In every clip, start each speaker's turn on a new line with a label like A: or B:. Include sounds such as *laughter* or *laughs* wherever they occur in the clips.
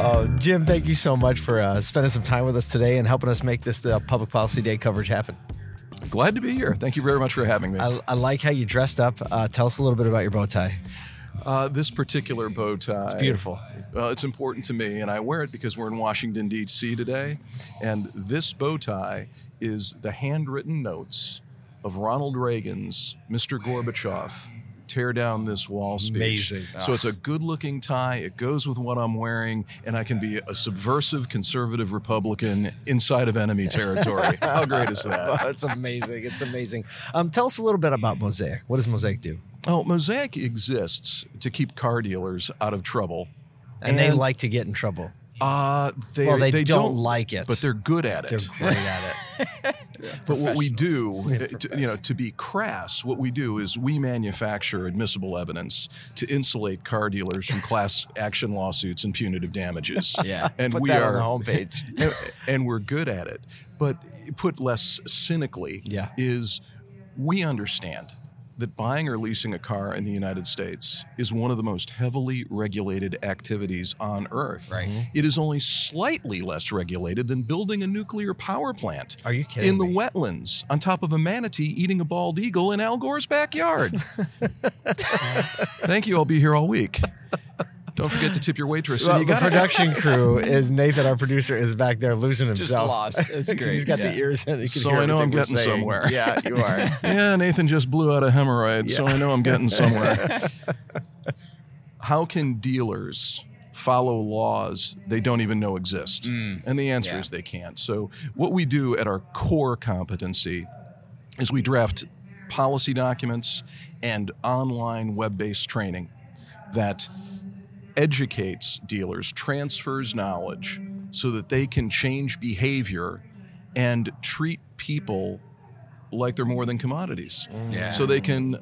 A: Oh, Jim, thank you so much for uh, spending some time with us today and helping us make this uh, Public Policy Day coverage happen.
B: Glad to be here. Thank you very much for having me.
A: I, I like how you dressed up. Uh, tell us a little bit about your bow tie.
B: Uh, this particular bow tie. It's
A: beautiful.
B: Well, it's important to me, and I wear it because we're in Washington, D.C. today. And this bow tie is the handwritten notes of Ronald Reagan's Mr. Gorbachev. Tear down this wall speech.
A: Amazing.
B: So it's a good looking tie. It goes with what I'm wearing, and I can be a subversive conservative Republican inside of
A: *laughs*
B: enemy territory. Uh, How great is that?
A: It's amazing. It's amazing. Um, tell us a little bit about Mosaic. What does Mosaic do?
B: Oh, Mosaic exists to keep car dealers out of trouble.
A: And, they like to get in trouble.
B: Uh, they,
A: Well, they,
B: they
A: don't, like it,
B: but they're good at
A: *laughs*
B: it.
A: they're great at it.
B: but what we do, uh, to, you know, to be crass, what we do is we manufacture admissible evidence to insulate car dealers
A: *laughs*
B: from class action lawsuits and punitive damages.
C: Yeah.
B: *laughs* and
A: Put
B: we
A: that
B: are
A: on the homepage.
B: and- and we're good at it. But put less cynically,
A: Yeah.
B: is we understand that buying or leasing a car in the United States is one of the most heavily regulated activities on earth.
C: Right. Mhm.
B: It is only slightly less regulated than building a nuclear power plant.
A: Are you kidding?
B: in the
A: me?
B: wetlands, on top of a manatee eating a bald eagle in Al
A: *laughs*
B: Gore's backyard. Thank you. I'll be here all week. Don't forget to tip your waitress.
A: Well,
B: and you
A: the
B: got *laughs*
A: production crew is Nathan, our producer, is back there losing
C: Just
A: himself.
C: lost.
A: *laughs*
C: It's
A: 'Cause
C: great.
A: He's got
C: yeah.
A: the ears in. He can
B: So
A: hear
B: I know I'm
A: everything we're
B: getting
A: saying.
B: somewhere.
A: Yeah, you are.
B: yeah, Nathan just blew out a hemorrhoid, so I know
A: *laughs*
B: I'm getting somewhere. How can dealers follow laws they don't even know exist? And the answer
C: Mm. yeah.
B: is they can't. So, what we do at our core competency is we draft policy documents and online web based training that educates dealers, transfers knowledge so that they can change behavior and treat people like they're more than commodities.
C: Yeah.
B: So they can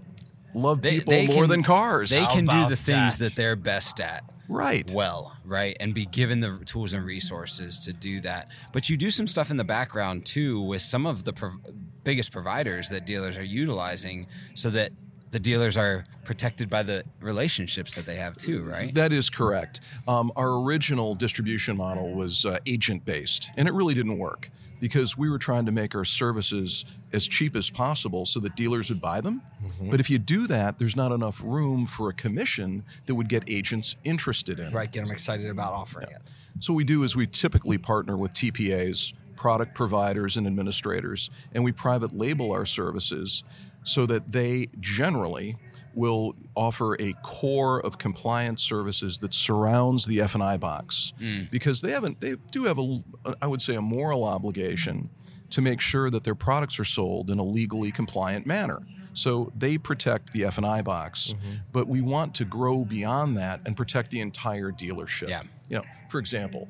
B: love
C: They-
B: people
C: they
B: more
C: can-
B: than cars.
C: *laughs* They
D: How
C: can do
D: about
C: the things
D: that?
C: that they're best at.
B: right.
C: well, right? And be given the tools and resources to do that. But you do some stuff in the background too with some of the pro- biggest providers that dealers are utilizing so that the dealers are protected by the relationships that they have too, right?
B: That is correct. Um, our original distribution model was uh, agent based, and it really didn't work because we were trying to make our services as cheap as possible so that dealers would buy them. But if you do that, there's not enough room for a commission that would get agents interested in. it.
A: Right, get them excited about offering it.
B: So what we do is we typically partner with TPAs, product providers and administrators, and we private label our services so that they generally will offer a core of compliance services that surrounds the F&I box because they haven't they do have a I would say a moral obligation to make sure that their products are sold in a legally compliant manner. So they protect the F&I box, but we want to grow beyond that and protect the entire dealership.
C: Yeah.
B: You know, for example,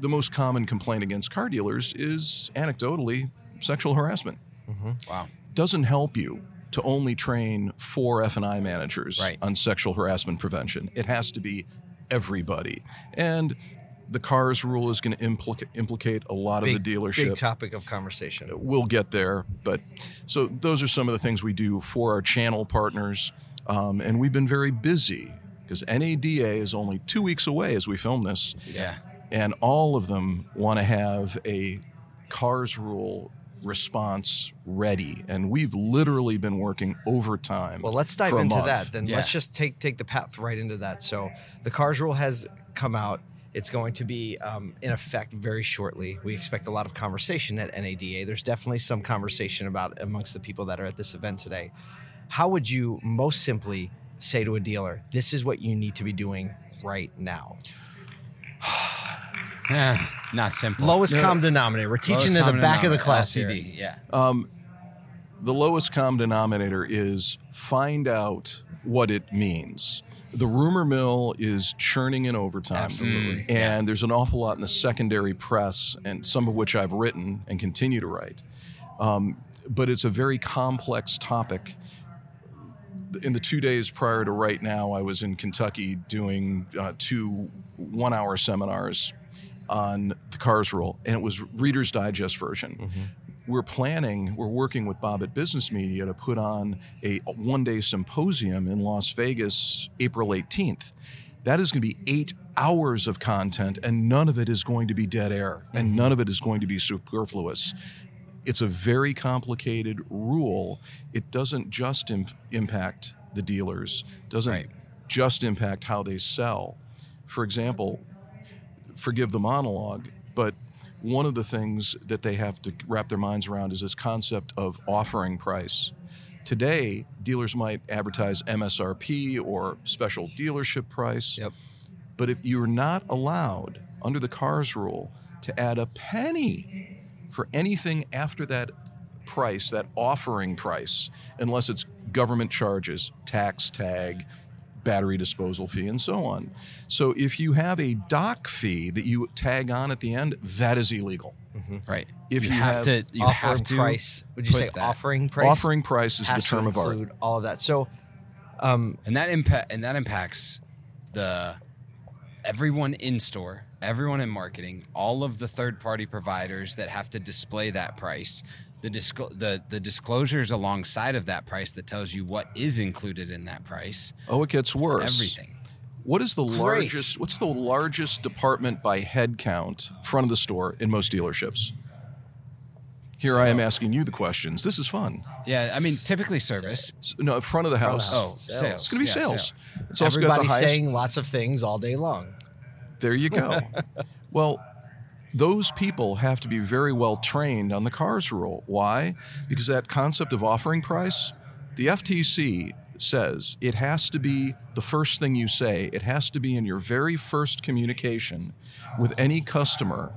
B: the most common complaint against car dealers is anecdotally sexual harassment.
C: Wow.
B: Doesn't help you to only train four F and I managers
C: Right.
B: on sexual harassment prevention. It has to be everybody. And the cars rule is going to implica- implicate a lot of the dealership Uh,
A: Big topic of conversation.
B: we'll get there. But so those are some of the things we do for our channel partners. Um, and we've been very busy because NADA is only two weeks away as we film this.
C: Yeah.
B: And all of them want to have a CARS rule response ready. And we've literally been working overtime.
A: Well, let's dive
B: for a
A: into
B: month.
A: that. Then
C: Yeah.
A: let's just take take the path right into that. So the cars rule has come out. It's going to be um, in effect very shortly. We expect a lot of conversation at NADA. There's definitely some conversation about amongst the people that are at this event today. How would you most simply say to a dealer, "This is what you need to be doing right now"?
C: Eh, Not simple.
A: Lowest common denominator. We're
C: Lowest
A: teaching in the
C: common
A: back of the
C: denominator,
A: class here.
C: LCD, Yeah.
B: the lowest common denominator is find out what it means. The rumor mill is churning in overtime.
A: Absolutely.
B: And there's an awful lot in the secondary press, and some of which I've written and continue to write. Um, but it's a very complex topic. In the two days prior to right now, I was in Kentucky doing uh, two one hour seminars on the CARS rule, and it was Reader's Digest version we're planning, we're working with Bob at Business Media to put on a one day symposium in Las Vegas, April 18th. that is going to be eight hours of content, and none of it is going to be dead air, and none of it is going to be superfluous. It's a very complicated rule. It doesn't just Im- impact the dealers, doesn't
C: Right.
B: just impact how they sell. For example, forgive the monologue, but one of the things that they have to wrap their minds around is this concept of offering price. Today, dealers might advertise MSRP or special dealership price.
A: Yep.
B: But if you're not allowed under the CARS rule to add a penny for anything after that price, that offering price, unless it's government charges, tax tag, battery disposal fee, and so on. So if you have a dock fee that you tag on at the end, that is illegal.
A: Um,
C: Right.
B: If
C: you,
B: you
C: have,
B: have
C: to, you
A: offering
C: have to
A: price. Would you
C: put
A: say
C: that.
A: offering price?
B: offering price is the
A: has to
B: term of art.
A: include All of that. So, um,
C: and that impact and that impacts the everyone in store everyone in marketing all of the third party providers that have to display that price the, disclo- the the disclosures alongside of that price that tells you what is included in that price
B: Oh, it gets worse.
C: everything
B: What is the
C: Great.
B: largest? What's the largest department by head count, front of the store in most dealerships? Here I am asking you the questions. This is fun.
C: yeah i mean typically service
B: S- No, front of the house.
C: oh
A: Sales.
C: sales,
B: it's going to be
C: Yeah,
B: sales. It's also got the
A: everybody's
B: highest.
A: saying lots of things all day long.
B: there you go. well, those people have to be very well trained on the cars rule. Why? Because that concept of offering price, the FTC says it has to be the first thing you say. It has to be in your very first communication with any customer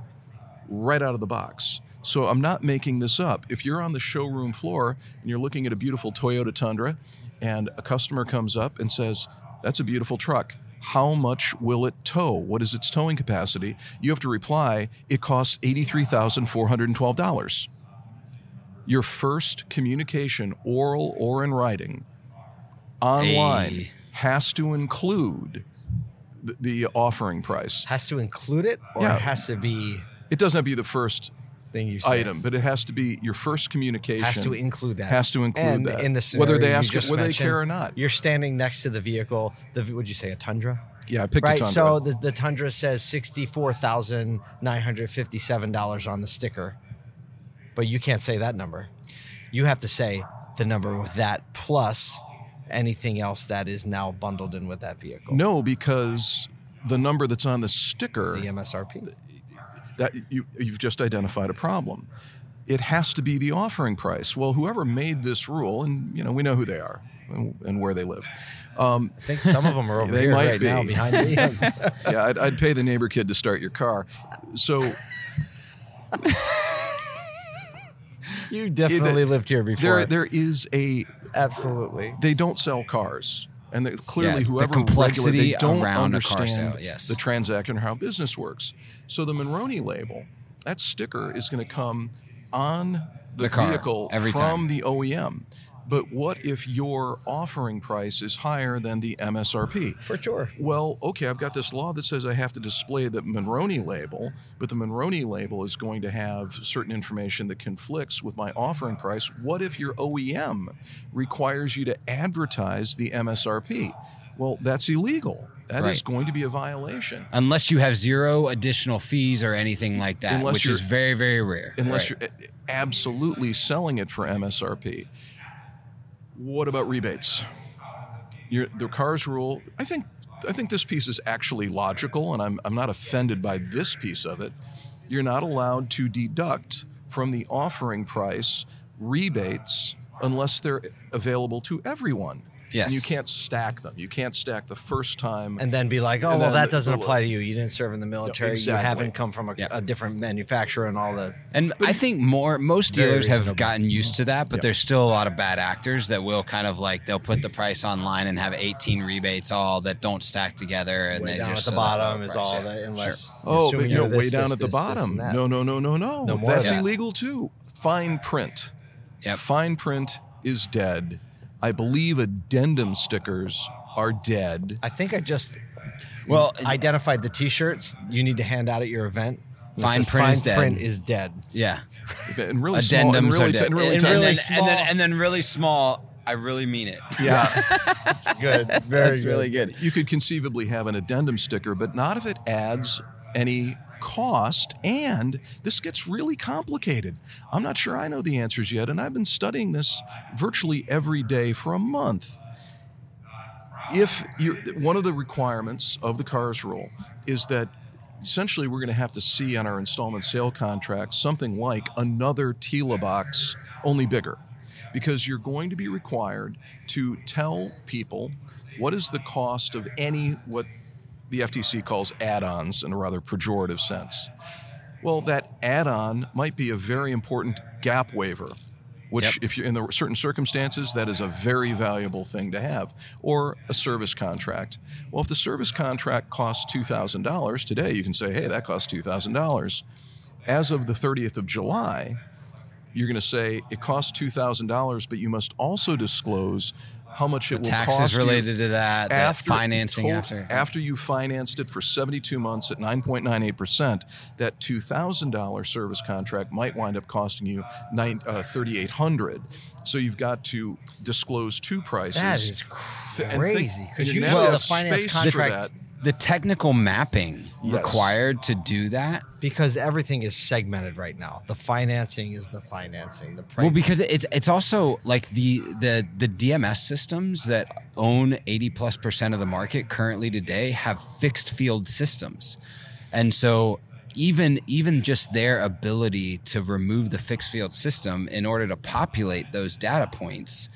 B: right out of the box. So I'm not making this up. If you're on the showroom floor and you're looking at a beautiful Toyota Tundra and a customer comes up and says, That's a beautiful truck. How much will it tow? What is its towing capacity? You have to reply, It costs $83,412. Your first communication, oral or in writing, online,
C: Hey.
B: has to include the, the offering price.
A: Has to include it, or
B: Yeah.
A: it has to be
B: It doesn't have to be the first
A: thing you say.
B: item, but it has to be your first communication.
A: has to include that.
B: has to include
A: and
B: that.
A: In the scenario
B: whether they
A: you
B: ask it,
A: just
B: whether they
A: mentioned,
B: care or not.
A: you're standing next to the vehicle. The would you say a Tundra?
B: Yeah, I picked
A: right.
B: a Tundra.
A: So the, the Tundra says sixty four thousand nine hundred fifty seven dollars on the sticker, but you can't say that number. You have to say the number with that plus anything else that is now bundled in with that vehicle.
B: no, because the number that's on the sticker
A: It's the
B: *laughs*
A: MSRP.
B: that you, you've just identified a problem. It has to be the offering price. Well, whoever made this rule, and you know we know who they are and, and where they live. Um, *laughs*
A: I think some of them are over
B: They
A: here
B: might
A: right now
B: be.
A: behind me. *laughs*
B: *laughs* yeah, I'd, I'd pay the neighbor kid to start your car. So.
A: you definitely lived here before.
B: There, there is a
A: Absolutely.
B: they don't sell cars. And they, clearly,
C: Yeah, the
B: whoever
C: complexity
B: regulate- they don't
C: around a car
B: understand
C: sale, yes.
B: the transaction or how business works. So the Monroney label, that sticker is going to come on the,
C: The car,
B: vehicle
C: every
B: from
C: time.
B: the OEM. But what if your offering price is higher than the MSRP?
A: For sure.
B: Well, okay, I've got this law that says I have to display the Monroney label, but the Monroney label is going to have certain information that conflicts with my offering price. What if your OEM requires you to advertise the MSRP? Well, that's illegal. That is
C: Right.
B: going to be a violation.
C: unless you have zero additional fees or anything like that
B: Unless
C: which is
B: you're-
C: very very rare
B: Unless
C: Right.
B: you're a- absolutely selling it for MSRP. What about rebates? Your, the cars rule. I think I think this piece is actually logical, and I'm I'm not offended by this piece of it. You're not allowed to deduct from the offering price rebates unless they're available to everyone.
C: Yes.
B: And you can't stack them. You can't stack the first time.
A: and then be like, oh,
B: And
A: well,
B: then
A: that
B: the-
A: doesn't
B: the-
A: apply to you. You didn't serve in the military.
B: exactly.
A: You haven't come from a,
C: Yeah.
A: a different manufacturer and all the.
C: And I think more most
A: Very
C: dealers have
A: reasonable.
C: gotten used to that, but there's still a lot of bad actors that will kind of like they'll put the price online and have 18 rebates all that don't stack together, and
A: Way
C: they
A: down at
C: just
A: the
C: sell that
A: bottom
C: low
A: is
C: price,
A: all
C: yeah.
A: that, unless.
B: Oh,
A: assuming
B: but you know,
A: you're
B: way
A: this,
B: down
A: this,
B: at the
A: this, this, and
B: bottom.
A: that.
B: No, no, no, no, no.
A: No more.
B: That's
A: Yeah.
B: illegal too. Fine print.
C: Yep.
B: Fine print is dead. I believe addendum stickers are dead.
A: I think I just
C: Well,
A: identified the t shirts you need to hand out at your event. It
C: Fine
A: says,
C: print is dead."
A: print is dead.
C: *laughs* yeah,
B: And really small. And
C: addendums
B: really,
C: are
B: ti-
C: dead.
B: and really
A: And
B: tiny.
A: really
C: and, then, and
A: small.
C: then and then really small I really mean it. *laughs*
A: *laughs*
B: Yeah.
A: That's good. Very
D: That's really good.
B: you could conceivably have an addendum sticker, but not if it adds any cost. And this gets really complicated. I'm not sure I know the answers yet, and I've been studying this virtually every day for a month. If you're, one of the requirements of the CARS rule is that essentially we're going to have to see on our installment sale contract something like another Tila box, only bigger, because you're going to be required to tell people what is the cost of any what the FTC calls add-ons in a rather pejorative sense. Well, that add-on might be a very important gap waiver, which,
C: Yep.
B: if you're in the certain circumstances, that is a very valuable thing to have, or a service contract. Well, if the service contract costs two thousand dollars today, you can say, "Hey, that costs two thousand dollars." As of the 30th of July, you're going to say it costs two thousand dollars, but you must also disclose how much it will cost
C: Taxes
B: you
C: related to that, the
B: after
C: financing
B: tot-
C: after.
B: you financed it for 72 months at 9.98%, that $2,000 service contract might wind up costing you nine, uh, 3,800. So you've got to disclose two prices.
A: That is
B: Th- and think-
A: crazy
B: and
A: because
B: you
A: usually
B: never
A: the
B: have
A: finance
B: space for
A: contract
B: that.
C: The technical mapping
B: Yes.
C: required to do that.
A: because everything is segmented right now. The financing is the financing. The price.
C: Well, because it's it's also like the the the DMS systems that own 80 plus percent of the market currently today have fixed field systems. And so even even just their ability to remove the fixed field system in order to populate those data points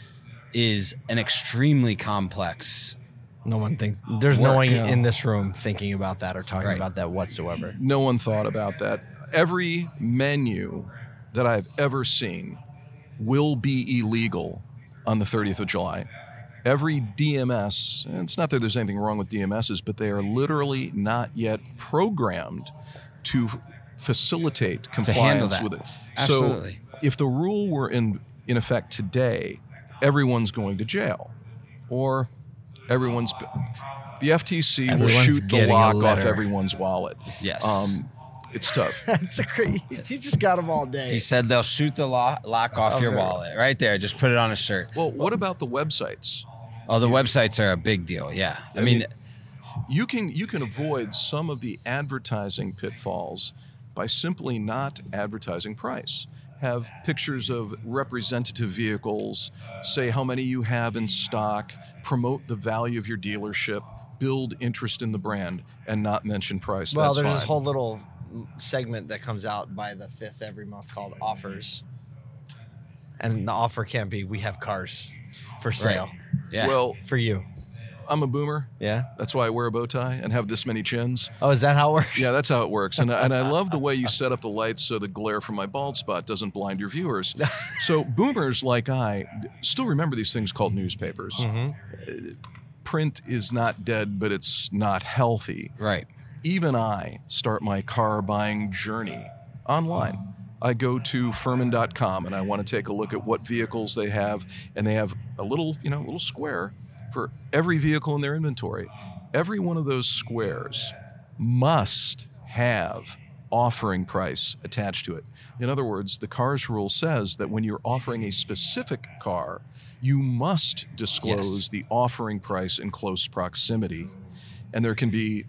C: is an extremely complex
A: no one thinks there's
C: Work,
A: no one
C: yeah.
A: in this room thinking about that or talking
C: Right.
A: about that
C: *laughs*
A: whatsoever.
B: No one thought about that. Every menu that I've ever seen will be illegal on the 30th of July. Every DMS, and it's not that there's anything wrong with DMSs, but they are literally not yet programmed to f- facilitate compliance
C: that.
B: with it.
C: Absolutely.
B: So if the rule were in in effect today, everyone's going to jail. Or everyone's the FTC will
A: Everyone's
B: shoot the
A: getting a
B: lock off
A: letter.
B: everyone's wallet.
C: Yes.
B: Um, it's tough.
A: That's a crazy. You just got them all day.
C: he said they'll shoot the lock, lock off your wallet right there. Just put it on a shirt.
B: Well, what about the websites?
C: Oh, the websites are a big deal. Yeah. I, mean,
B: mean- You can you can avoid some of the advertising pitfalls by simply not advertising price. Have pictures of representative vehicles, say how many you have in stock, promote the value of your dealership, build interest in the brand, and not mention price.
A: well,
B: That's
A: there's
B: fine.
A: this whole little segment that comes out by the fifth every month called offers, and the offer can't be we have cars for sale
C: right. Yeah.
B: Well,
A: for you.
B: I'm a boomer.
A: Yeah.
B: That's why I wear a bow tie and have this many chins.
A: Oh, is that how it works?
B: Yeah, that's how it works. And, I- and I love the way you set up the lights so the glare from my bald spot doesn't blind your viewers. So boomers like I still remember these things called newspapers. Uh, Print is not dead, but it's not healthy.
C: right.
B: Even I start my car buying journey online. I go to Furman.com and I want to take a look at what vehicles they have, and they have a little, you know, a little square for every vehicle in their inventory. Every one of those squares must have offering price attached to it. In other words, the CARS rule says that when you're offering a specific car, you must disclose the offering price in close proximity. And there can be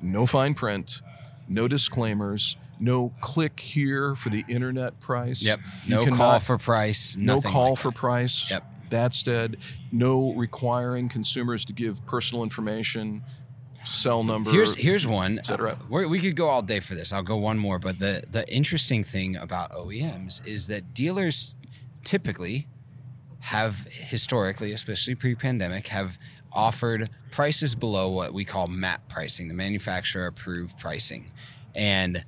B: no fine print, no disclaimers, no click here for the internet price.
C: Yep.
B: You
C: No
B: cannot-
C: call for price.
B: no
C: nothing
B: call
C: like
B: for
C: that.
B: price.
C: Yep.
B: That's dead. No requiring consumers to give personal information, cell number.
C: Here's here's one.
B: cetera.
C: We're, we could go all day for this. I'll go one more. But the the interesting thing about OEMs is that dealers typically have historically, especially pre-pandemic, have offered prices below what we call MAP pricing, the manufacturer approved pricing, and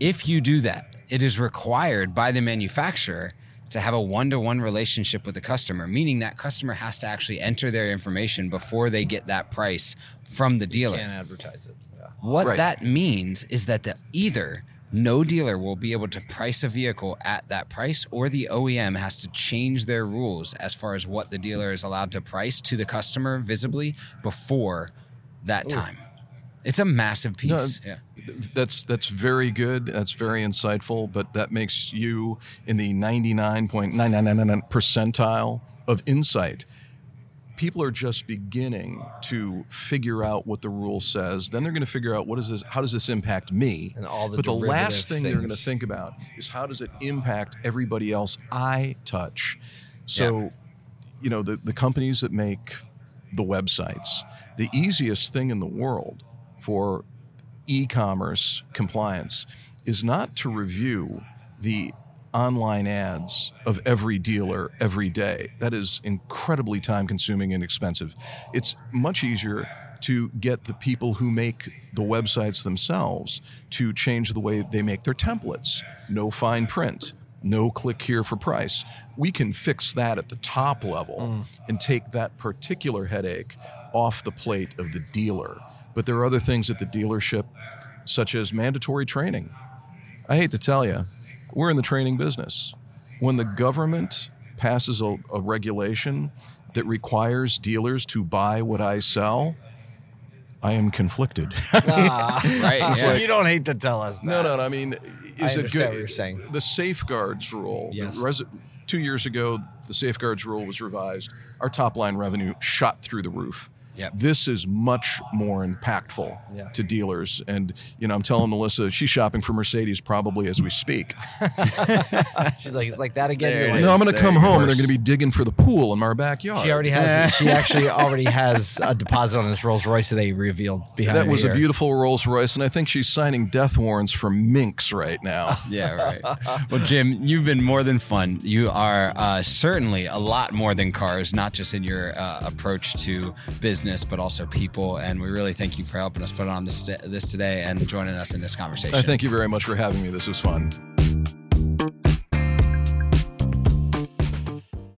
C: if you do that, it is required by the manufacturer to have a one to one relationship with the customer, meaning that customer has to actually enter their information before they get that price from the dealer.
D: Can't advertise it. Yeah.
C: What
B: Right.
C: that means is that the, either no dealer will be able to price a vehicle at that price, or the OEM has to change their rules as far as what the dealer is allowed to price to the customer visibly before that time. It's a massive
B: No,
C: piece. yeah.
B: that's that's very good. That's very insightful. But that makes you in the ninety nine point nine nine nine nine percentile of insight. People are just beginning to figure out what the rule says. Then they're going to figure out what is this? How does this impact me?
A: And all the
B: but the
A: derivative
B: last thing they're going to
A: things. *laughs*
B: think about is how does it impact everybody else I touch. So, you know, the the companies that make the websites, the easiest thing in the world for e-commerce compliance is not to review the online ads of every dealer every day. That is incredibly time consuming and expensive. It's much easier to get the people who make the websites themselves to change the way they make their templates. No fine print, no click here for price. We can fix that at the top level and take that particular headache off the plate of the dealer. But there are other things at the dealership, such as mandatory training. I hate to tell you, we're in the training business. When the government passes a, a regulation that requires dealers to buy what I sell, I am conflicted. *laughs*
C: right?
A: *laughs*
C: yeah.
A: Ah. you don't hate to tell us that.
B: No, no, no. I mean, is it
A: understand
B: good?
A: what you're saying.
B: The safeguards rule. the
A: Yes.
B: resi- two years ago, the safeguards rule was revised. Our top line revenue shot through the roof.
C: Yep.
B: This is much more impactful
A: Yeah.
B: to dealers. And, you know, I'm telling Melissa, she's shopping for Mercedes probably as
A: *laughs*
B: we speak.
A: She's like, it's like that again.
C: There
A: You're
C: it
A: like,
B: you know, I'm
C: is.
B: going to
C: There
B: come
C: you go.
B: home and they're going to be digging for the pool in my backyard.
A: She already has.
B: *laughs*
A: she actually already has a deposit on this Rolls Royce that they revealed behind.
B: that
A: her
B: was a
A: ear.
B: beautiful Rolls Royce, and I think she's signing death warrants for minks right
A: *laughs* Oh,
B: now.
C: Yeah, *laughs* right. Well, Jim, you've been more than fun. You are uh, certainly a lot more than cars, not just in your uh, approach to business, but also people. And we really thank you for helping us put on this, this today and joining us in this conversation.
B: I thank you very much for having me. This was fun.